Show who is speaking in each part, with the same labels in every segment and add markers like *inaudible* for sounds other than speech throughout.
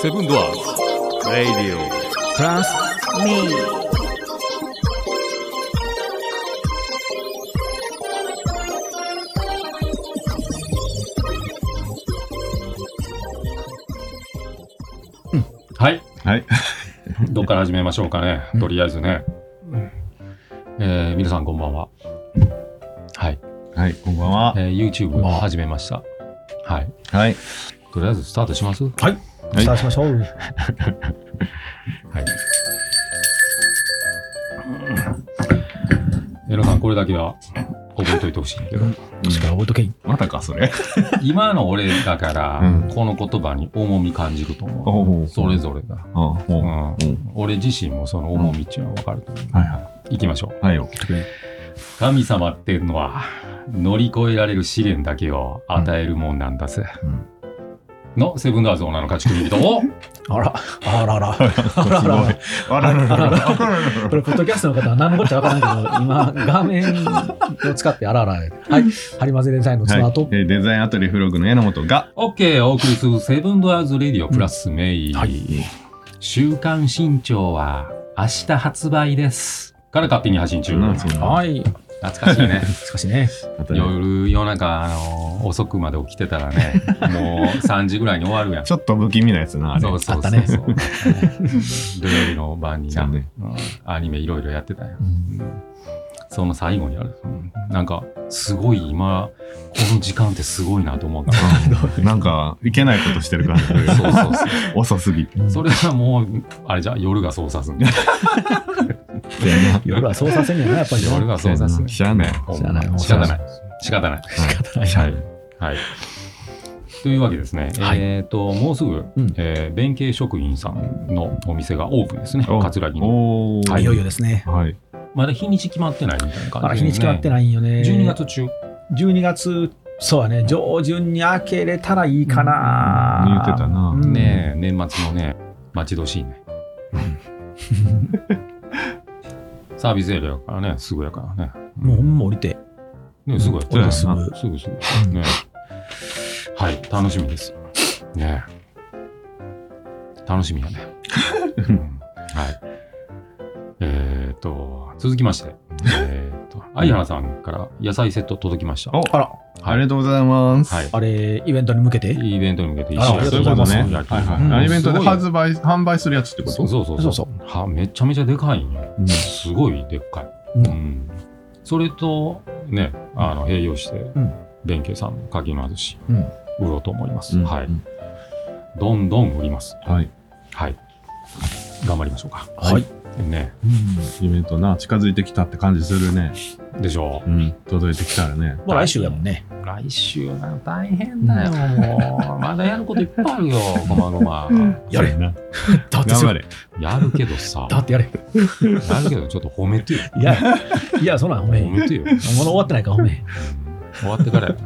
Speaker 1: セブンドアーズレイディオプラス
Speaker 2: メイ
Speaker 3: はい。
Speaker 4: はい。
Speaker 3: どっから始めましょうかね。とりあえずね。えー皆さんこんばんは。はい。
Speaker 4: はい、こんばんは。
Speaker 3: えー YouTube 始めました。はい。
Speaker 4: はい。
Speaker 3: とりあえずスタートしますはい。
Speaker 4: はい
Speaker 5: スタートし
Speaker 3: *laughs*
Speaker 5: ましょう。
Speaker 3: エロさん、これだけは覚えといてほしいんだけど。
Speaker 5: 確かに覚えとけい。
Speaker 4: またか、それ。
Speaker 3: 今の俺だから、
Speaker 4: うん
Speaker 3: この言葉に重み感じると思
Speaker 4: おお
Speaker 3: う。それぞれが。
Speaker 4: あ、
Speaker 3: う
Speaker 4: も
Speaker 3: ん
Speaker 4: う。うん。
Speaker 3: 俺自身もその重みっていうのは分かると思う。
Speaker 4: はいは
Speaker 3: 行きましょう。
Speaker 4: い。はい、OK。
Speaker 3: 神様っていうのは乗り越えられる試練だけを与えるもんなんだぜ。
Speaker 4: うん
Speaker 3: のセブンダーズ女の勝ち組人を
Speaker 5: あら、あらあら。
Speaker 4: ごめん。あららららら
Speaker 5: これ、ポッドキャストの方は何のこっちゃわからないけど、今、画面を使ってあらあら。はい。ハリマゼデザインのスマー
Speaker 4: はい
Speaker 5: ト。
Speaker 4: えーデザインアトリエフログの榎本が。
Speaker 3: OK お送りするセブンダーズレディオプラスメイ、週刊新潮は明日発売です。から勝手に配信中。
Speaker 4: なんそんな。
Speaker 5: はい。
Speaker 3: 懐かしい
Speaker 4: *laughs*
Speaker 3: ね。
Speaker 5: しかしね、
Speaker 4: またね
Speaker 3: 夜夜中、あの遅くまで起きてたら
Speaker 4: *laughs*
Speaker 3: ね、もう3時ぐらいに終わるやん。
Speaker 4: ちょっと不気味なやつな、あれ。
Speaker 3: そうそうそうそう
Speaker 5: あったね
Speaker 3: 土曜日の晩にな、
Speaker 4: そうね
Speaker 3: うんアニメいろいろやってたよ、うんその最後にある、うんなんかすごい今この時間ってすごいなと思った
Speaker 4: なんか、いけないことしてる感じ。
Speaker 3: そうそうそ
Speaker 4: 遅すぎて。
Speaker 3: うそれはもうあれじゃ夜がそうさすんだ
Speaker 5: 夜はそうさせんやな、やっぱりな。
Speaker 3: 夜がそうさすんだ
Speaker 4: しゃあない
Speaker 3: ほん
Speaker 5: しゃあ
Speaker 3: ま
Speaker 5: ない
Speaker 3: 仕方ない仕方ない
Speaker 5: はい
Speaker 3: はいはいというわけですね、
Speaker 5: はい
Speaker 3: えっ、ともうすぐ、
Speaker 5: うん
Speaker 3: えー弁慶食品さんのお店がオープンですね
Speaker 4: お
Speaker 3: 桂木の
Speaker 4: おー
Speaker 5: いよいよですね。
Speaker 4: はい。
Speaker 3: まだ日にち決まってないみたいな感じ、ね、
Speaker 5: あら、日にち決まってないんよね。
Speaker 3: 12月中
Speaker 5: 12月、そうやね、上旬に開けれたらいいかな。
Speaker 4: 言ってたな
Speaker 5: うん
Speaker 3: ねえ、年末のね、待ち遠しいね。サービスエリアやからね、すぐやからね。
Speaker 5: もうほんま降りて、
Speaker 3: ね、すぐやった
Speaker 4: そ
Speaker 3: よ
Speaker 4: うや
Speaker 3: ね
Speaker 4: な
Speaker 5: すぐ。
Speaker 3: すぐすぐ。ねえはい、楽しみです。ねえ楽しみやね。うんはい。えっと、続きまして、えっと、相原さんから野菜セット届きました。
Speaker 4: お
Speaker 5: あら、
Speaker 4: ありがとうございます。
Speaker 3: はい。
Speaker 5: あれ、イベントに向けて
Speaker 3: イベントに向けて一
Speaker 5: あ
Speaker 3: 緒
Speaker 5: ありが
Speaker 4: とうございます
Speaker 3: はいはい
Speaker 5: うん
Speaker 4: あイベントで
Speaker 3: ご
Speaker 4: す
Speaker 3: い
Speaker 4: 発売、販売するやつってこ
Speaker 3: そう
Speaker 4: と
Speaker 3: そうそう
Speaker 5: そうそう
Speaker 3: はめちゃめちゃでかいんよ、
Speaker 4: うん
Speaker 3: すごいでっかい、
Speaker 5: うん
Speaker 3: それとねあの併用して、
Speaker 5: ん
Speaker 3: 弁慶さんの柿の外し、
Speaker 5: うん
Speaker 3: 売ろうと思います、
Speaker 4: うん
Speaker 3: はい
Speaker 4: うん
Speaker 3: どんどん売ります
Speaker 4: はい。
Speaker 3: はい頑張りましょうか
Speaker 5: はい。
Speaker 3: ね
Speaker 4: イベントな、近づいてきたって感じするね。
Speaker 3: でしょう
Speaker 4: うん。届いてきたらね。
Speaker 5: もう来週やもんね。
Speaker 3: 来週なの大変だよ、もうま *laughs* だやることいっぱいあるよごまごま
Speaker 5: やれ
Speaker 4: そうな
Speaker 5: だって
Speaker 4: 頑
Speaker 5: す
Speaker 4: 張
Speaker 5: ぐ
Speaker 4: れ。
Speaker 3: やるけどさ
Speaker 5: だってやれ。
Speaker 3: やるけどちょっと褒めてよ
Speaker 5: いや、いや、そんなん褒めへ
Speaker 3: 褒
Speaker 5: ん。まだ
Speaker 3: めてよ、
Speaker 5: 終わってないから褒めへん。
Speaker 3: うん終わってからやな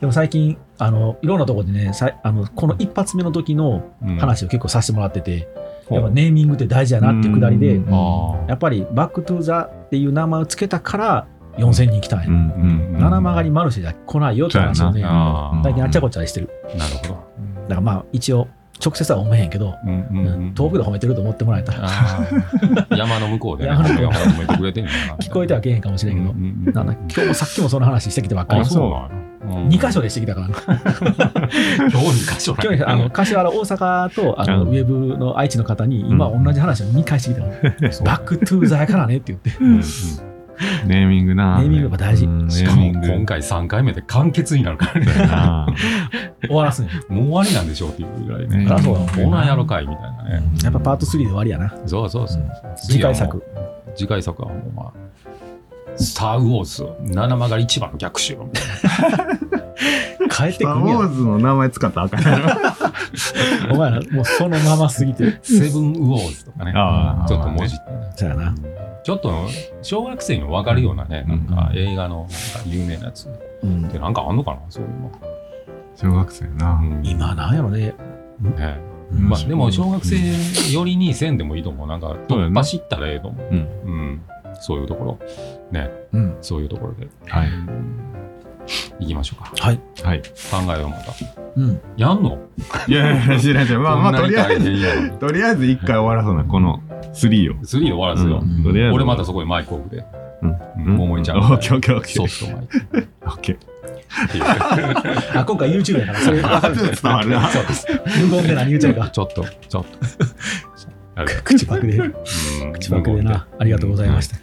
Speaker 5: でも最近、あの、いろんなとこでね、さいあのこの一発目の時の
Speaker 3: うん
Speaker 5: 話を結構させてもらってて、
Speaker 3: ほう
Speaker 5: やっぱネーミングって大事やなっていうくだりで、
Speaker 4: うん
Speaker 3: あ
Speaker 5: やっぱりバックトゥーザっていう名前をつけたから4000人来たんや。
Speaker 4: うん
Speaker 3: あ、
Speaker 4: うん。
Speaker 5: 七曲がりマルシェじゃ来ないよって話を
Speaker 4: そう
Speaker 5: ね
Speaker 4: や、
Speaker 3: ああ
Speaker 5: 最近あっちゃこっちゃしてる。
Speaker 3: なるほど。
Speaker 5: だからまあ、一応、直接は褒めへんけど、
Speaker 3: うんう
Speaker 5: うん
Speaker 3: うん
Speaker 5: 遠くで褒めてると思ってもらえたら、
Speaker 3: ああ *laughs* 山の向こうでね、
Speaker 5: 山の向こう
Speaker 3: 褒めてくれてんのかな。
Speaker 5: 聞こえてはけえへんかもしれんけど、なんだ今日もさっきもその話してきてばっかり
Speaker 3: あ、
Speaker 5: です。
Speaker 3: そうなの。
Speaker 5: 2箇所でしてきたからな。
Speaker 3: 今日2箇所
Speaker 5: 去年、あの、柏原大阪とあの
Speaker 4: う
Speaker 5: ウ
Speaker 4: ん
Speaker 5: ェブの愛知の方に、今
Speaker 4: うん
Speaker 5: 同じ話を2回してきたから、バックトゥーザやからねって言って、
Speaker 4: ネーミングな。
Speaker 5: ネーミングが大事
Speaker 4: うんネ
Speaker 3: し
Speaker 4: ー
Speaker 3: か
Speaker 4: ミ
Speaker 3: も
Speaker 4: ング
Speaker 3: 今回3回目で完結になるからね、
Speaker 4: な。
Speaker 5: 終わらすんよ。
Speaker 3: もう終わりなんでしょうっていうぐらいね、
Speaker 4: あ
Speaker 5: そう
Speaker 3: オーナーやろかいみたいなね。
Speaker 5: *laughs* やっぱパート3で終わりやな。
Speaker 3: そうそうそう。
Speaker 5: 次回作。
Speaker 3: 次回作はもうまあ、スター・ウォーズ、七曲がり一番の逆襲みたい
Speaker 5: 帰って
Speaker 4: スター・
Speaker 5: く
Speaker 4: ウ
Speaker 5: るや
Speaker 4: ォーズの名前使ったらあかんやろ
Speaker 5: ん。お前ら、もうそのまますぎて。
Speaker 3: な、セブン・ウォーズとかね、
Speaker 4: ああ
Speaker 3: ちょっと文字ってね。
Speaker 5: そうやな。
Speaker 3: ちょっと小学生にも分かるようなね、
Speaker 4: うん
Speaker 3: なんか映画のなんか有名なやつっ
Speaker 5: うん
Speaker 3: てなんかあんのかな、そういうの。
Speaker 4: 小学生な。
Speaker 5: 今なんやろね。
Speaker 3: ね
Speaker 4: うん
Speaker 3: まあ、でも小学生よりにせんでもいいと思う。なんか
Speaker 4: そう
Speaker 3: 突
Speaker 4: だよね
Speaker 3: っ走ったらええと思う。
Speaker 4: うん
Speaker 3: うんそういうところ、ね、
Speaker 5: うん。
Speaker 3: そういうところで。
Speaker 4: はい。
Speaker 3: うん行きましょうか。
Speaker 5: はい。
Speaker 4: はい。
Speaker 3: 考えようまた。
Speaker 5: うん。
Speaker 3: やんの
Speaker 4: いやいや、知らん知らん。まあまあ、とりあえず、
Speaker 3: ず。
Speaker 4: とりあえず一回終わらそうな、この3を。
Speaker 3: 3終わらすよ
Speaker 4: う。んとりあえず。
Speaker 3: 俺またそこにマイク置くで。
Speaker 4: うん。
Speaker 3: うん桃井ちゃん
Speaker 4: オッケーオッケーオッケー。
Speaker 3: ソフトマイク。
Speaker 4: オッケー。
Speaker 3: っていう
Speaker 5: あ、今回 YouTube やから、それ分かるんです
Speaker 4: 伝わ *laughs* るな
Speaker 5: そうです。無言で何言っちゃ
Speaker 3: *laughs*
Speaker 5: うか。
Speaker 3: ちょっと、ち
Speaker 5: *laughs*
Speaker 3: ょっと。あれ
Speaker 5: 口パクで、
Speaker 3: うん
Speaker 5: 口パクでな。ありがとうございました。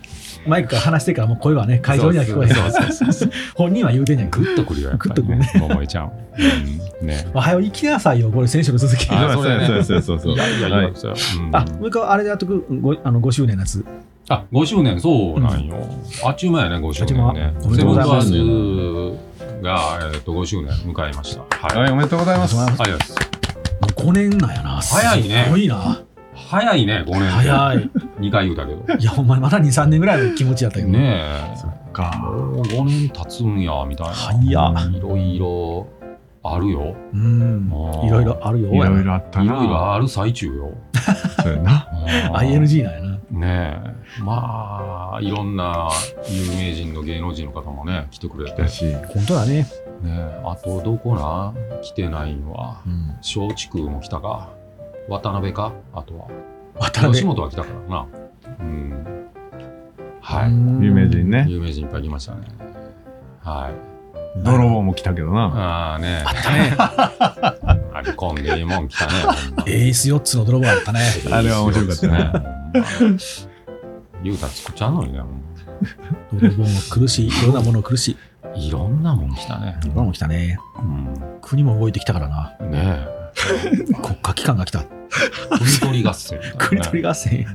Speaker 5: マイクから話してからもう声はね、会場には聞こえ
Speaker 3: そう
Speaker 5: *laughs*
Speaker 3: そうそうそう。
Speaker 5: へん。本人は言うてんねんけ
Speaker 3: グ
Speaker 5: ど。
Speaker 3: ッとくるよ、やっぱ
Speaker 5: グッと
Speaker 3: り
Speaker 5: くる
Speaker 3: ね。桃井ちゃん。うんね。
Speaker 5: おはよう行きなさいよ、これ選手の続き。
Speaker 3: あ
Speaker 4: そう
Speaker 3: そうだ
Speaker 4: や
Speaker 3: ね
Speaker 4: そうやそうやそう
Speaker 3: い
Speaker 4: や
Speaker 3: やいやい
Speaker 4: は
Speaker 3: や
Speaker 4: い、
Speaker 3: そうやうん
Speaker 5: あ、もう一回あれでやっとく、ごあの5周年のやつ。
Speaker 3: あ、5周年、そうなんよ。あっちゅう前やね、5周年ね
Speaker 5: あっちゅう間お。めで
Speaker 3: セブ
Speaker 5: とう
Speaker 3: ン
Speaker 5: ご
Speaker 3: ド
Speaker 5: ざい
Speaker 3: ア
Speaker 5: ます
Speaker 3: ーズが、えっと、5周年迎えました。はい。
Speaker 4: はい、おめでとうございます。
Speaker 3: ありがとうございます。
Speaker 5: もう5年なんやな。
Speaker 3: 早いね
Speaker 5: すごいな。
Speaker 3: 早いね、5年。
Speaker 5: 早い。
Speaker 3: 2回言うたけど。
Speaker 5: いや、ほんまにまだ2、3年ぐらいの気持ちやったけど。
Speaker 3: ね
Speaker 4: そっ
Speaker 3: え。
Speaker 4: か。
Speaker 3: もう5年経つんや、みたいな。
Speaker 5: 早っ
Speaker 3: いろいろあるよ。
Speaker 5: うん。
Speaker 3: あー
Speaker 5: いろいろあるよ。
Speaker 4: いろいろあった
Speaker 3: い
Speaker 4: な。
Speaker 3: ろいろある最中
Speaker 4: *laughs*
Speaker 3: よ。
Speaker 4: そうやな。
Speaker 3: あー
Speaker 5: ING なんやな。
Speaker 3: ねえ。まあ、いろんな有名人の芸能人の方もね、来てくれて。
Speaker 4: だ
Speaker 3: ね
Speaker 4: し、
Speaker 5: 本当だね。
Speaker 3: えあと、どこな来てないんは。
Speaker 5: うん。
Speaker 3: 松竹も来たか。渡辺か。あとは。
Speaker 5: 渡
Speaker 3: 吉
Speaker 5: 辺。
Speaker 3: 本は来たからな。うん。はい。
Speaker 4: 有名人ね。
Speaker 3: 有名人いっぱい来ましたね。はい。
Speaker 4: 泥棒も来たけどな。
Speaker 3: ああね。あったね。あれ、コンビニもん来たね。
Speaker 4: *laughs*
Speaker 5: エース4つの泥棒だったね。
Speaker 4: あれは面白かったね
Speaker 3: ね。ゆうた作っちゃうのにね。ほん
Speaker 5: 泥棒も来るし、いろんなもの来るし。
Speaker 3: まいろんなもん来たね。
Speaker 5: いろんなもの来たね。
Speaker 3: うん。
Speaker 5: 国も動いてきたからな。
Speaker 3: ね
Speaker 5: 国家機関が来た。
Speaker 3: え。国取り合戦みたいなね。
Speaker 5: 国取り合戦。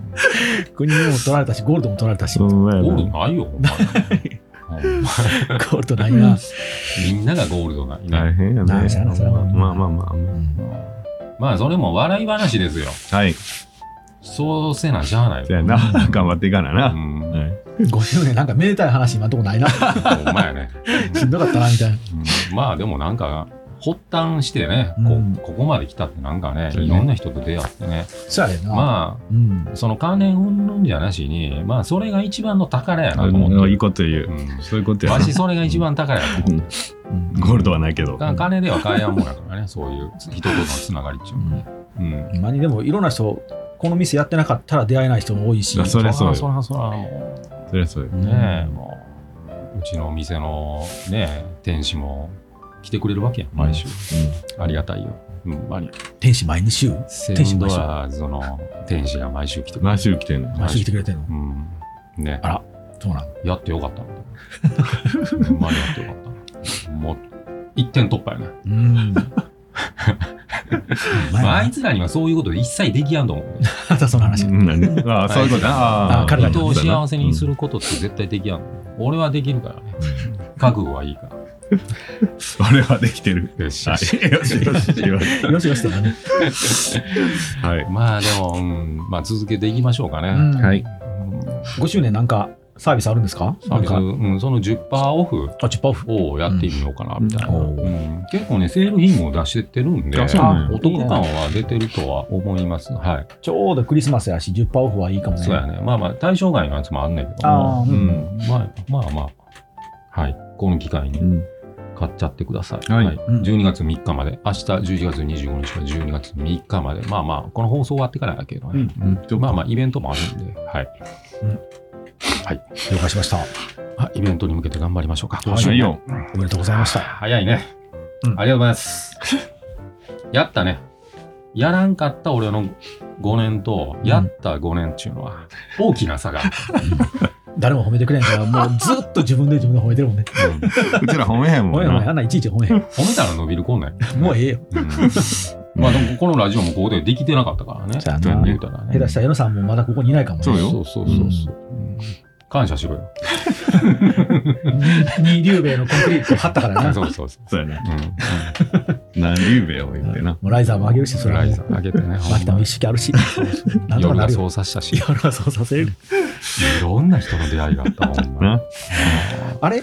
Speaker 5: 国も取られたし、ゴールドも取られたし。
Speaker 4: そ
Speaker 5: ゴ
Speaker 4: うだよ
Speaker 3: ゴール
Speaker 4: ね。
Speaker 3: ドないよ、ほんまに。 *laughs* ほんま
Speaker 5: ールドないな。
Speaker 3: みんながゴールドない
Speaker 4: 大
Speaker 3: ね。
Speaker 4: 変やね。
Speaker 5: 大変やなそれは
Speaker 4: まあまあまあま
Speaker 5: うん
Speaker 3: まあ、それも笑い話ですよ。
Speaker 4: あ。はい。
Speaker 3: そうせなしゃあない
Speaker 4: じゃあな、頑張っていかな
Speaker 3: う
Speaker 4: な。
Speaker 3: ん。
Speaker 4: は
Speaker 3: ほ
Speaker 4: い。
Speaker 5: 5周年なんかめでたい話今んとこないな。
Speaker 3: んまやね。
Speaker 5: しんどかったな、みたいな。
Speaker 3: うんまあでもなんか発端してね、
Speaker 5: うん
Speaker 3: こここまで来たってなんかね
Speaker 4: そうね
Speaker 3: いろんな人と出会ってね
Speaker 5: そうやねんな。
Speaker 3: ま
Speaker 5: うん。
Speaker 3: あその関連云々じゃなしにまあそれが一番の宝やなと思って
Speaker 4: うんいい
Speaker 3: る、
Speaker 4: こと言
Speaker 3: う
Speaker 4: う。
Speaker 3: ん、
Speaker 4: そういうことや
Speaker 3: わ
Speaker 4: な
Speaker 3: し。それが一番宝やと思って
Speaker 5: うん
Speaker 4: ゴールドはないけど。
Speaker 3: だから金では買えやんもんやからね *laughs* そういう人とのつながりっていうのはね、うん
Speaker 5: ほんまにでもいろんな人、この店やってなかったら出会えない人も多いし
Speaker 4: いや。そりゃそうよ
Speaker 3: そらそらも
Speaker 4: そりゃそうよ
Speaker 5: う。
Speaker 3: うんねえもううちのお店のね店主も来てくれるわけやん毎週、ありがたいよ、うん、あり
Speaker 5: 天使毎日週
Speaker 3: セブンドアーズの天使が毎週来てくれる
Speaker 4: 何週来てんの
Speaker 5: 毎週来てくれてんの
Speaker 3: うん。ね
Speaker 5: あ。そうなん
Speaker 3: やってよかったな。ほんまにやってよかったな。もう、一点突破やね。
Speaker 5: うん。
Speaker 3: まあ、あ
Speaker 5: 前
Speaker 3: いつらにはそういうこと一切できやんと思うね。
Speaker 5: またその話。
Speaker 4: うん何ああ、そういうことな。あ
Speaker 5: あ
Speaker 4: あ、
Speaker 5: 彼らに
Speaker 3: 人を
Speaker 4: そうだな
Speaker 3: 幸せにすることって絶対できやん。俺はできるからね。覚悟はいいから。
Speaker 4: それはできてる。
Speaker 3: よし
Speaker 4: はい。 *laughs* よしよしよし。
Speaker 5: よしよしってなね。
Speaker 4: はい。
Speaker 3: まあでも、うん、まあ続けていきましょうか
Speaker 5: う
Speaker 3: ね。
Speaker 5: ん
Speaker 4: はい。
Speaker 5: 5周年なんかサービスあるんですか
Speaker 3: サービス、
Speaker 5: な
Speaker 3: うん
Speaker 5: か
Speaker 3: ん、その10%オフ
Speaker 5: あ、10%オフ。
Speaker 3: をやってみようかな、みたいな、
Speaker 5: うん
Speaker 3: うん結構ね、セール品も出してってるんで、
Speaker 4: あそうなん
Speaker 5: や
Speaker 3: お得感は出てるとは思います。はい。
Speaker 5: ちょうどクリスマスやし、10%オフはいいかもね。
Speaker 3: そうやね。まあまあ、対象外のやつもあんねんけど
Speaker 5: あ
Speaker 3: も。
Speaker 5: ー
Speaker 3: う
Speaker 5: うん
Speaker 3: ん。まあまあまあ。はい。この機会に買っちゃってください。
Speaker 4: はい
Speaker 5: うん
Speaker 3: 12月3日まで。明日11月25日から12月3日まで。まあまあ、この放送終わってからだけどね。
Speaker 4: うん
Speaker 3: まあまあ、イベントもあるんで。はい。
Speaker 5: 了解しました。
Speaker 3: あイベントに向けて頑張りましょうか。
Speaker 5: はい
Speaker 4: はいよ。
Speaker 5: おめでとうございました。
Speaker 3: 早いね。
Speaker 5: うん
Speaker 3: ありがとうござい *laughs* ます。やったね。やらんかった俺の5年と、やった5年っていうのは、大きな差が *laughs* ある。
Speaker 5: 誰も褒めてくれんから、もうずっと自分で自分で褒めてるもんね。
Speaker 3: うん
Speaker 4: うちら *laughs* 褒めへん
Speaker 5: 褒
Speaker 4: も
Speaker 5: め
Speaker 4: ん
Speaker 5: へん褒めへん、あ
Speaker 4: な。
Speaker 5: んないちいち褒めへん。
Speaker 3: 褒めたら伸びるこんなんや。
Speaker 5: もうええよ。
Speaker 3: *laughs* うんまあでもこのラジオもここでできてなかったからね。
Speaker 5: そうやな
Speaker 3: 全然言うたらね。
Speaker 5: 下手したら矢野さんもまだここにいないかもね。
Speaker 4: そうよ
Speaker 5: *laughs*
Speaker 3: そうそうそうそう。うん感謝しろよ。
Speaker 5: 二流米のコンクリートを張ったからな。
Speaker 3: そうそうそう。
Speaker 4: そうやな。
Speaker 3: うんう
Speaker 4: 何ゆうべよ、言ってな
Speaker 5: も。うライザーもあげるし、そ
Speaker 3: ん。
Speaker 5: れは
Speaker 3: ラ
Speaker 5: も
Speaker 3: イ
Speaker 5: う
Speaker 3: ザ。ーあ
Speaker 5: *laughs*
Speaker 3: げてね。
Speaker 5: マキタも一式あ
Speaker 3: *laughs*
Speaker 5: るし。なん
Speaker 3: 夜
Speaker 5: とかな
Speaker 3: が
Speaker 5: るよ。
Speaker 3: 操作したし、
Speaker 5: い
Speaker 3: い
Speaker 5: や俺はそうさせる。
Speaker 3: ろんな人の出会いがあったもんな。
Speaker 4: *laughs* な。
Speaker 5: あれ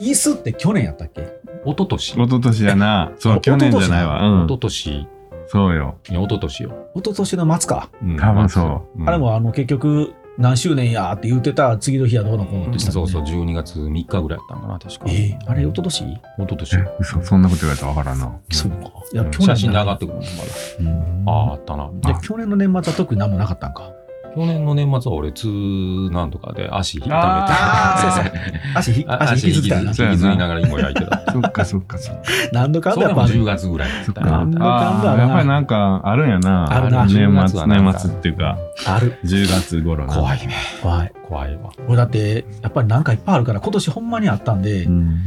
Speaker 5: イースって去年やったっけ
Speaker 3: 一昨年
Speaker 4: 一昨年やな。そう、去年じゃないわ。
Speaker 3: 一
Speaker 4: うん。
Speaker 3: 昨年
Speaker 4: そうよ。
Speaker 3: いや、一昨年よ。
Speaker 5: 一昨年の末か。
Speaker 3: うん。
Speaker 4: 多分そう
Speaker 3: ん
Speaker 5: あれ。もあの結局、何周年やって言ってた次の日はどうのこうのってした
Speaker 3: そ
Speaker 5: もん
Speaker 3: う
Speaker 5: ね
Speaker 3: そう、12月3日ぐらいやったんかな、確か。
Speaker 5: えーあれ、一昨年
Speaker 3: 一昨年。
Speaker 4: え、嘘、そんなこと言われたらわからんな。
Speaker 5: そうか。いや、
Speaker 3: うん
Speaker 5: 去年
Speaker 3: 写真で上が
Speaker 5: だ
Speaker 3: ってくるの、まだ。
Speaker 4: うん
Speaker 3: ああ、あったな。
Speaker 5: で去年の年末は特に何もなかったんか。
Speaker 3: 去年の年末は俺、痛なんとかで足痛めて。
Speaker 5: あーそう足ひ、
Speaker 3: *laughs* あ
Speaker 5: 足引きずったよな
Speaker 3: 足。引きずりながら芋焼いてた。
Speaker 4: そっかそっかそっか。
Speaker 5: 何度か
Speaker 3: そ
Speaker 5: で
Speaker 3: れで
Speaker 5: や
Speaker 3: も
Speaker 5: っぱある
Speaker 3: 10月ぐらいだった
Speaker 5: な
Speaker 3: な。
Speaker 5: んだかんだ
Speaker 4: あ
Speaker 5: な
Speaker 4: ーやっぱりなんかあるんやな。
Speaker 5: あるな
Speaker 4: 年
Speaker 3: 10
Speaker 4: 末、
Speaker 3: 月はなんか
Speaker 4: 年末っていうか、
Speaker 5: ある。
Speaker 4: 10月頃な。
Speaker 3: 怖いね。
Speaker 5: 怖い。
Speaker 3: 怖いわ。
Speaker 5: 俺だって、やっぱりなんかいっぱいあるから、今年ほんまにあったんで
Speaker 4: う、ん。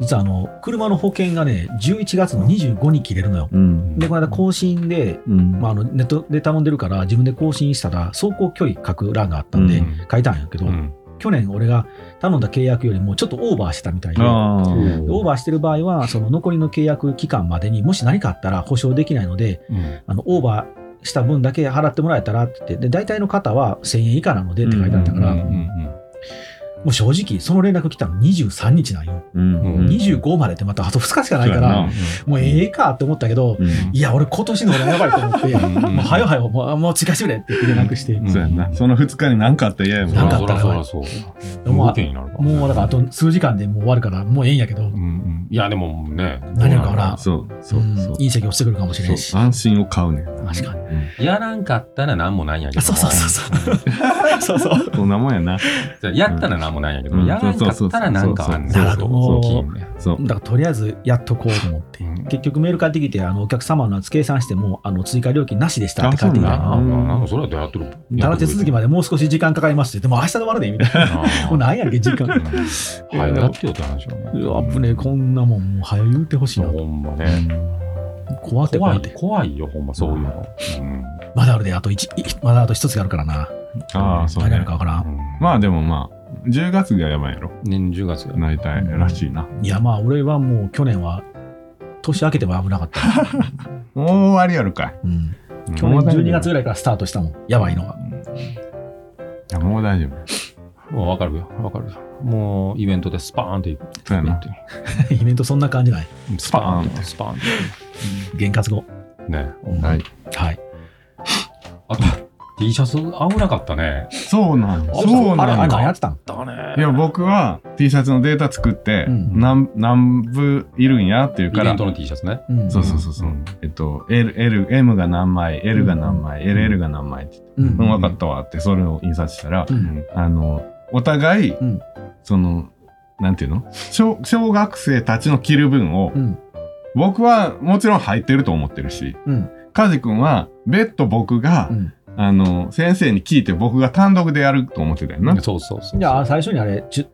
Speaker 5: 実はあの、車の保険がね、11月の25に切れるのよ。
Speaker 4: うん。
Speaker 5: で、この間更新で、
Speaker 4: うん。
Speaker 5: まあ、あのネットで頼んでるから、自分で更新したら、走行距離書く欄があったんで
Speaker 4: う、
Speaker 5: 書いたんやけど、
Speaker 3: うん。
Speaker 5: 去年俺が頼んだ契約よりもちょっとオーバーしてたみたいで、
Speaker 4: ああ。
Speaker 3: うん
Speaker 5: オーバーしてる場合は、その残りの契約期間までにもし何かあったら保証できないので、
Speaker 3: うん
Speaker 5: あのオーバーした分だけ払ってもらえたらって言って、で大体の方は1000円以下なのでって書いてあったから、
Speaker 3: うん
Speaker 5: も
Speaker 3: うん
Speaker 5: う正直、その連絡来たの23日なんよ。
Speaker 4: うん
Speaker 3: うん
Speaker 5: 25までってまたあと2日しかないか
Speaker 4: そうや
Speaker 5: ら、
Speaker 4: な
Speaker 5: もうええかって思ったけど、
Speaker 4: うん
Speaker 5: いや、俺今年の俺はやばいと
Speaker 4: *laughs*
Speaker 5: 思って、
Speaker 3: んうん
Speaker 5: もうはよはよ、もうもう近しぶれって言って連絡して、
Speaker 3: うん
Speaker 4: そうやんな。その2日に何かあったら嫌やもん
Speaker 5: なん
Speaker 4: な。
Speaker 5: かあ
Speaker 3: そ
Speaker 5: った
Speaker 3: ら
Speaker 5: ら
Speaker 3: そらそう。
Speaker 5: もう
Speaker 3: 動けになるからね
Speaker 5: もうだからあと数時間でもう終わるから、もうええんやけど、
Speaker 3: うんうんいや、でもね、
Speaker 5: 何やかな
Speaker 4: そうそう
Speaker 5: うん
Speaker 4: そう。
Speaker 5: 隕石落ちてくるかもしれんし。
Speaker 4: そう安心を買うねん。
Speaker 5: 確かに。
Speaker 3: やらんかったら何もないんやけど。
Speaker 5: そうそうそうそう。そうそう。
Speaker 4: そんなもんやな。
Speaker 3: じゃあやったら何もないんやけど、
Speaker 4: うん
Speaker 3: やらんかったらなんかあんねん。
Speaker 5: そうそうそうそう
Speaker 3: そう金ね
Speaker 4: そう。
Speaker 5: だからとりあえずやっとこうと思って、
Speaker 3: うん
Speaker 5: 結局メール返ってきてあのお客様のやつ計算してもあの追加料金なしでしたって返ってき
Speaker 4: あ
Speaker 5: て
Speaker 4: そう
Speaker 3: ああ、なんかそれはどうやってる
Speaker 5: ただ手続きまでもう少し時間かかりますってでも明日で終わるでみたいなもう
Speaker 3: な
Speaker 5: なんやねんけ時間 *laughs*
Speaker 3: い。うんはい、やってよって話よね。
Speaker 5: うわ危ねえこんなもんもう早言うてほしいな
Speaker 3: ほんまね。
Speaker 5: 怖って
Speaker 3: 怖
Speaker 5: 怖っ
Speaker 3: い、
Speaker 5: て
Speaker 3: 怖いよ、ほんま、そういうの。うん
Speaker 5: まだあるであと一一まだあと一つがあるからな
Speaker 4: ああ、そう
Speaker 5: 何あ
Speaker 4: ね
Speaker 5: る。かわからん、
Speaker 4: まあでもまあ、10月がやばいやろ。
Speaker 3: 年10月やな。
Speaker 4: 大体らしいな。
Speaker 5: いやまあ俺はもう去年は年明けても危なかった、
Speaker 4: もう終わりやるかい。
Speaker 5: うん、
Speaker 3: うん
Speaker 5: 去年12月ぐらいからスタートしたもんやば
Speaker 4: *laughs*
Speaker 5: いのが
Speaker 4: いやもう大丈夫。
Speaker 3: もうわかるよ、わかるよ。もうイベントでスパーンっていく。
Speaker 4: そうやな。
Speaker 5: イベントそんな感じない
Speaker 3: スパーンって、スパーンっ
Speaker 5: 験担後
Speaker 3: て。ね。
Speaker 4: はい。
Speaker 5: はい
Speaker 3: あと、T シャツ危なかったね。
Speaker 4: そうなん
Speaker 5: あ
Speaker 4: そう
Speaker 5: あれ
Speaker 4: な
Speaker 5: あれ何や
Speaker 4: の
Speaker 5: ってたん
Speaker 3: だね
Speaker 4: いや、僕は T シャツのデータ作って、
Speaker 5: うん
Speaker 4: 何、何部いるんやっていう
Speaker 3: イ
Speaker 4: か
Speaker 3: ベン
Speaker 4: ら
Speaker 3: ト、の T シャツね。
Speaker 5: うん
Speaker 4: そうそうそうそう。えっと、L、L、M が何枚、L が何枚、LL が何枚って言って、
Speaker 5: うん
Speaker 4: うん、分かったわって、それを印刷したら、
Speaker 5: うん
Speaker 4: あの、お互い、
Speaker 5: ん
Speaker 4: その、なんていうの小小学生たちの着る分を、
Speaker 5: うん
Speaker 4: 僕はもちろん入ってると思ってるし、
Speaker 5: うん
Speaker 4: カジ君は別途僕が、
Speaker 5: うん
Speaker 4: あの、先生に聞いて僕が単独でやると思ってたよな。
Speaker 3: そうそうそう。
Speaker 5: じゃあ最初にあれちゅ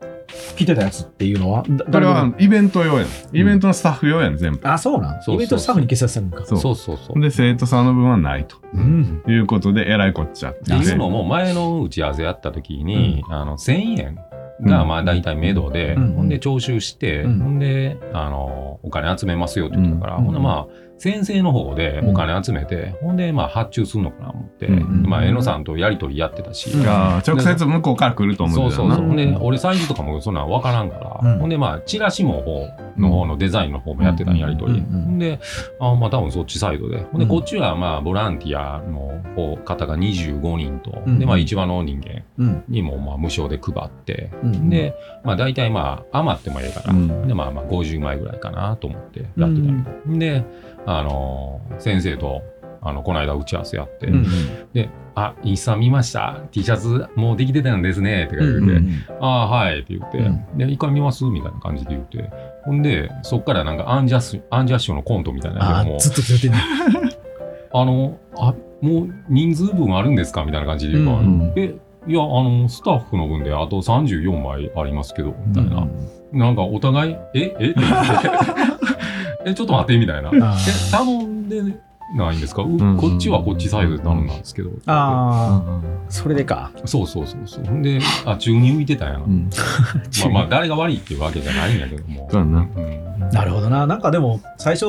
Speaker 5: 来てたやつっていうのはだ
Speaker 4: これ
Speaker 5: 誰
Speaker 4: は
Speaker 5: が
Speaker 4: イベント用やん。イベントのスタッフ用やん、全部。
Speaker 5: あそうなん
Speaker 3: そうそうそう
Speaker 5: イベントスタッフに決済するのか
Speaker 4: そう
Speaker 3: そうそうそう。
Speaker 4: で、生徒さんの分はないと
Speaker 5: うん
Speaker 4: いうことで、えらいこっちゃって。
Speaker 3: っていうのも前の打ち合わせやった時に、あの1,000円がまあ大体メドで、
Speaker 5: うん
Speaker 3: ほんで徴収して、
Speaker 5: うん
Speaker 3: ほんであのお金集めますよって言ってたから、
Speaker 5: うん
Speaker 3: ほんでまあ先生の方でお金集めて、ほんでまあ発注するのかな思って、
Speaker 4: うん
Speaker 3: まあ江野さんとやり取りやってたし、
Speaker 5: うん
Speaker 4: が直接向こうから来ると思
Speaker 3: そううん
Speaker 4: だ
Speaker 3: そ
Speaker 4: よ
Speaker 3: う
Speaker 4: な。
Speaker 3: そう。ほんで、俺サイズとかもそんなん分からんから、
Speaker 5: うん
Speaker 3: ほんでまあ、チラシもほうの方のデザインの方もやってたんやりとり。
Speaker 5: うんうん
Speaker 3: ほんで、あまあ多分そっちサイドで。ほんで、
Speaker 5: うん
Speaker 3: こっちはまあ、ボランティアの方方が25人と、
Speaker 5: うん
Speaker 3: でまあ、市場の人間
Speaker 5: うん
Speaker 3: にもまあ、無償で配って、
Speaker 5: うん
Speaker 3: で、まあ大体まあ、余ってもええから、
Speaker 4: うん
Speaker 3: でまあまあ、50枚ぐらいかなと思ってやってたんやけどで、あのー先生と、あの、この間打ち合わせやって、
Speaker 5: うん
Speaker 3: で、あ、インスタ見ました。T シャツもうできてたんですね。って言って、
Speaker 5: うんうん
Speaker 3: ああ、はいって言って、
Speaker 5: うん
Speaker 3: で、一回見ますみたいな感じで言って、ほんで、そっからなんかアンジャッシュ、アンジャッシュのコントみたいな
Speaker 5: あ
Speaker 3: やつも、
Speaker 5: ずっとずれてんね
Speaker 3: あの、あ、もう人数分あるんですかみたいな感じで言うから、
Speaker 5: う
Speaker 4: うん
Speaker 3: え、いや、あの、スタッフの分であと34枚ありますけど、みたいな。なんかお互い、え、えって言 *laughs* って、え、ちょっと待って、みたいな。え、
Speaker 5: あー
Speaker 3: 頼んでないんですか、う
Speaker 4: うん
Speaker 3: こっちはこっちサイズで頼んだんですけど。
Speaker 5: ああそれでか
Speaker 3: そうそうそうそう。ほんで、あ、中に浮いてたんやな。
Speaker 4: うん
Speaker 3: まあまあ、誰が悪いっていうわけじゃないんだけども。
Speaker 4: そうやな。
Speaker 3: うん
Speaker 5: なるほどななんかでも最初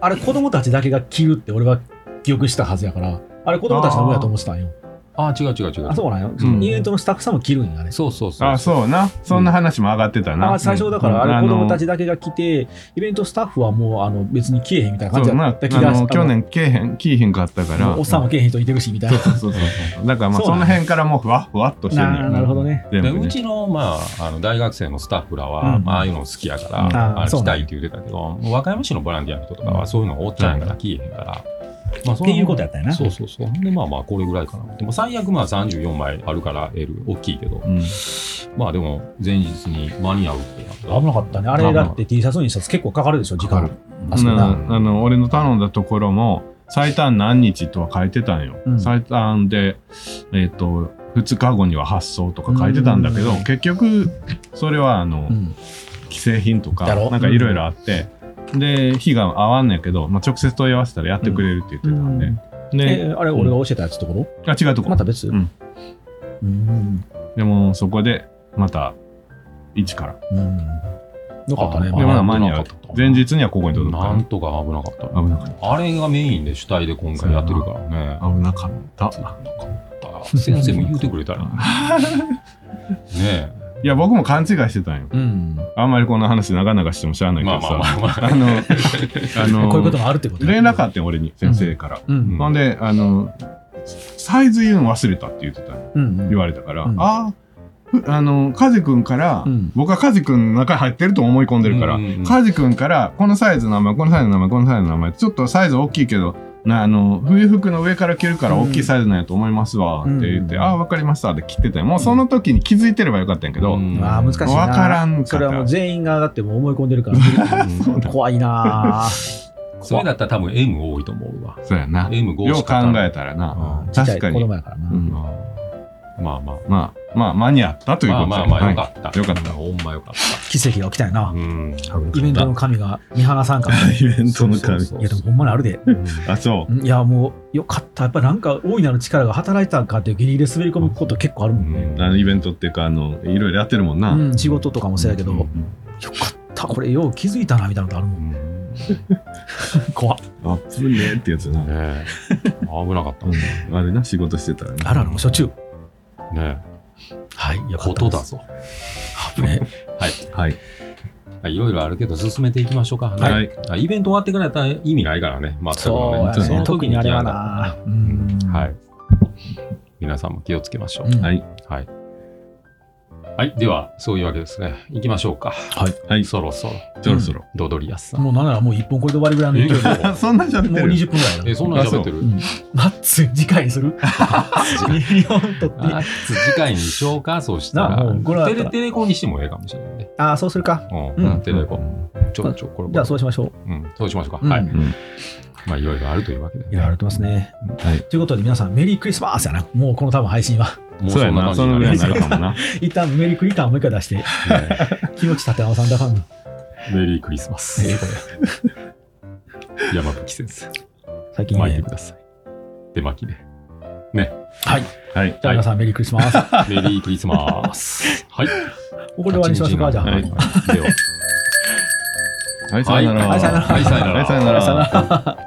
Speaker 5: あれ子供たちだけが着るって俺は記憶したはずやからあれ子供たちの分やと思ってたんよ
Speaker 3: ああ違う違う違う。
Speaker 5: あ、そうなんよ。
Speaker 4: うん
Speaker 5: イベントのスタッフさんも着るんやね。
Speaker 3: そうそうそう。
Speaker 4: あ、そうな。そんな話も上がってたな。
Speaker 5: あ最初だから、
Speaker 4: うん
Speaker 5: あ
Speaker 4: あ
Speaker 5: れ
Speaker 4: の
Speaker 5: 子供たちだけが来て、イベントスタッフはもうあの別に来えへんみたいな
Speaker 4: そ
Speaker 5: 感じ
Speaker 4: う
Speaker 5: だ
Speaker 4: な。あ
Speaker 5: った気がし
Speaker 4: の
Speaker 5: た。
Speaker 4: 去年来えへん、来えへんかったか
Speaker 5: あの
Speaker 4: ら。
Speaker 5: おっさんも来えへん人いてるし、みたいな。
Speaker 4: そうそうそう。だからまあ
Speaker 5: そう
Speaker 4: そ
Speaker 5: なんだ
Speaker 4: の辺からもうふわっふわっとしてる
Speaker 5: なあなるほどね。
Speaker 4: 全
Speaker 3: で
Speaker 4: 部ね
Speaker 3: うちの,、まあ、あの大学生のスタッフらは、
Speaker 5: うん
Speaker 3: まあ、ああいうの好きやから、
Speaker 5: うんあー
Speaker 3: あの
Speaker 5: そう
Speaker 3: 来
Speaker 5: な
Speaker 3: た
Speaker 5: ん
Speaker 3: い
Speaker 5: や
Speaker 3: って言ってたけど、もう和歌山市のボランティアの人とかはそういうのおっちゃんやから聞えへんから。まあ、そ
Speaker 5: っ
Speaker 3: の
Speaker 5: ていうことやったよな。
Speaker 3: そうそうそう。ほんで、まあまあ、これぐらいかな。でも、最悪、まあ、34枚あるから、L、大きいけど、
Speaker 4: うん
Speaker 3: まあ、でも、前日に間に合うってなったら
Speaker 5: 危なかったね。あれだって T シャツにしたら結構かかるでしょ、時
Speaker 3: かか
Speaker 5: 間
Speaker 3: る。
Speaker 5: あそうな
Speaker 4: なあの俺の頼んだところも最短何日とは書いてたんよ、
Speaker 5: うん
Speaker 4: 最短でえっ、と2日後には発送とか書いてたんだけど、
Speaker 5: うん
Speaker 4: 結局それはあの、
Speaker 5: うん。
Speaker 4: 既製品とか
Speaker 5: だろ
Speaker 4: なんかいろいろあって、で日が合わんねんけど、まあ、直接問い合わせたらやってくれるって言ってたんで、で、
Speaker 5: え、あれ俺が教えたやつとこ
Speaker 4: あ違うと
Speaker 5: ろ
Speaker 4: こ、
Speaker 5: また別
Speaker 4: うん
Speaker 5: うん。
Speaker 4: でもそこでまた一から
Speaker 5: うん。よかったね。
Speaker 3: あ
Speaker 5: ま
Speaker 4: で
Speaker 5: あ
Speaker 4: まだ
Speaker 3: 危
Speaker 4: 間に
Speaker 3: な
Speaker 4: 合
Speaker 3: か
Speaker 4: う
Speaker 3: った
Speaker 4: 前日にはここに届くか
Speaker 3: なん
Speaker 4: ら
Speaker 3: とか危なかった。
Speaker 4: 危なかっ
Speaker 3: あれがメインで主体で今回やってるからね。
Speaker 4: た危なかった
Speaker 3: 先生も言うてくれたら。ね
Speaker 4: いや僕も勘違いしてたんよ
Speaker 5: うん。
Speaker 4: あんまりこの話長々してもしゃあな
Speaker 3: え。
Speaker 4: いけ
Speaker 3: ま
Speaker 4: ど
Speaker 3: あ
Speaker 4: さ、
Speaker 3: まあまあまあ。
Speaker 4: あ
Speaker 3: *laughs*
Speaker 4: の、あの、
Speaker 5: こういうこともあるってことね
Speaker 4: 連絡あってん俺に、先生から。
Speaker 5: うん。
Speaker 4: ほんで、あの、サイズ言うの忘れたって言ってたの
Speaker 5: うん。
Speaker 4: 言われたから、
Speaker 5: うん
Speaker 4: ああ、ふあの、カジ君から、
Speaker 5: うん
Speaker 4: 僕はカジ君の中に入ってると思い込んでるから、
Speaker 3: うんうんうん
Speaker 4: カジ君から、このサイズの名前、このサイズの名前、このサイズの名前、ちょっとサイズ大きいけど、なあの冬服の上から着るから大きいサイズなんやと思いますわって言って「
Speaker 5: うん
Speaker 4: ああ分かりました」って切ってたよもうその時に気づいてればよかったんやけど、
Speaker 3: うん
Speaker 5: ああ、難しいな。
Speaker 4: わからんかった
Speaker 5: それはもう全員がだってもう思い込んで
Speaker 4: *laughs*
Speaker 5: るから。怖いなあ
Speaker 3: それだったら多分 M 多いと思うわ。
Speaker 4: そうやな
Speaker 3: M5
Speaker 4: よう考え
Speaker 3: た。
Speaker 4: たらな、
Speaker 5: うんちっちゃ
Speaker 4: 確
Speaker 5: い
Speaker 4: か
Speaker 5: 子
Speaker 4: に
Speaker 5: 供やからな。
Speaker 4: うん
Speaker 3: まあまあ。
Speaker 4: まあ、まあ、間に合ったという
Speaker 3: ま
Speaker 4: こ
Speaker 3: あ
Speaker 4: とで。
Speaker 3: まあまあ、よか
Speaker 4: は
Speaker 3: った。
Speaker 4: よかった
Speaker 3: ほんまよかっ
Speaker 5: 奇跡が起きたよ
Speaker 3: た。
Speaker 5: な。
Speaker 3: ん。
Speaker 5: イベントの神が見放さんかっ
Speaker 4: *laughs*
Speaker 5: た。
Speaker 4: い。イベントの
Speaker 3: そう
Speaker 4: 神
Speaker 3: そ。う
Speaker 5: いや、でもほんまにあるで。
Speaker 4: あ、そ
Speaker 5: いや、もうよかった。やっぱなんか大いなる力が働いたんかっていうギリギリで滑り込むこと結構あるもんね。
Speaker 4: う。あのイベントっていうか、あの、いろいろやってるもんな。
Speaker 5: うん、仕事とかもそうやけど、
Speaker 3: うん
Speaker 5: よかった、これよう気づいたなみたいなことあるもん。怖っ。
Speaker 4: あっぶねえってやつな。
Speaker 3: ねえ。危なかった。ね
Speaker 4: うんあれな、仕事してたらな。
Speaker 5: あらあら、もうしょっちゅう。
Speaker 3: え。
Speaker 5: はい、よか
Speaker 3: こ
Speaker 5: った
Speaker 3: と
Speaker 5: で
Speaker 3: だ
Speaker 5: す。
Speaker 3: ぞ。
Speaker 5: 危ね
Speaker 3: はい。
Speaker 4: はい。
Speaker 3: はい、いろいろあるけど進めていきましょうか。
Speaker 4: はい
Speaker 3: ねあイベント終わってくれたら意味ないからね。まあ、
Speaker 5: そうや
Speaker 4: そう
Speaker 5: ね。
Speaker 4: ね
Speaker 5: 特にあれは。な。
Speaker 3: その
Speaker 5: う
Speaker 3: 時に
Speaker 5: ん
Speaker 3: 気合がはい。皆さんも気をつけましょう。
Speaker 5: うん
Speaker 4: はい。
Speaker 3: はい。はい。では、そういうわけですね。行きましょうか。
Speaker 4: はい。
Speaker 3: そろそろ、
Speaker 4: そろそろ。
Speaker 3: ドドリアスさん。
Speaker 5: もうなんならもう1本これで終わりぐらいの勢いで
Speaker 4: あそんな喋っ
Speaker 5: も
Speaker 4: て
Speaker 5: う
Speaker 4: る。
Speaker 5: 20分ぐらいだ。
Speaker 3: え、
Speaker 5: *laughs*
Speaker 3: そんなん喋ってる
Speaker 5: うんマッツ、次回にする ?2 本取
Speaker 3: あ
Speaker 5: って。
Speaker 3: 次回にしようか、そうした
Speaker 5: なあもうこれ
Speaker 3: ら。
Speaker 5: は
Speaker 3: テレテレコにしてもええかもしれないね。
Speaker 5: ああ、そうするか。
Speaker 3: う、
Speaker 5: うんん
Speaker 3: テレコ。ちょ、ちょ、これ。
Speaker 5: じゃあそうしましょう。
Speaker 3: うん、そうしましょうか。
Speaker 5: うん
Speaker 3: はい。
Speaker 4: うん
Speaker 3: まあ、いろいろあるというわけで。
Speaker 5: いろいろやってますね。
Speaker 4: はい。
Speaker 5: ということで皆さん、メリークリスマスやな。もうこの多分配信は。 *laughs*
Speaker 3: も
Speaker 4: そうやな、そのぐらいにな
Speaker 3: る
Speaker 4: るかもな。
Speaker 5: 一旦メリークリターンもう一回出して、気持ち立て直さんだかんの。
Speaker 3: メリークリスマス。
Speaker 5: ええこ
Speaker 3: 山吹先生、
Speaker 5: れ。最近
Speaker 3: 巻いて
Speaker 5: ね
Speaker 3: く。ださい。手巻きで。
Speaker 5: はい。
Speaker 4: はい。
Speaker 5: じゃあ皆さん、メリークリスマ *laughs* ス。
Speaker 3: メリークリスマス。はい。
Speaker 5: これで終わりにしましょうか、じゃあ。
Speaker 3: はい。では。
Speaker 4: はい、さよなら。
Speaker 5: はいさよなら
Speaker 3: はいさよなら
Speaker 4: はいさよなら。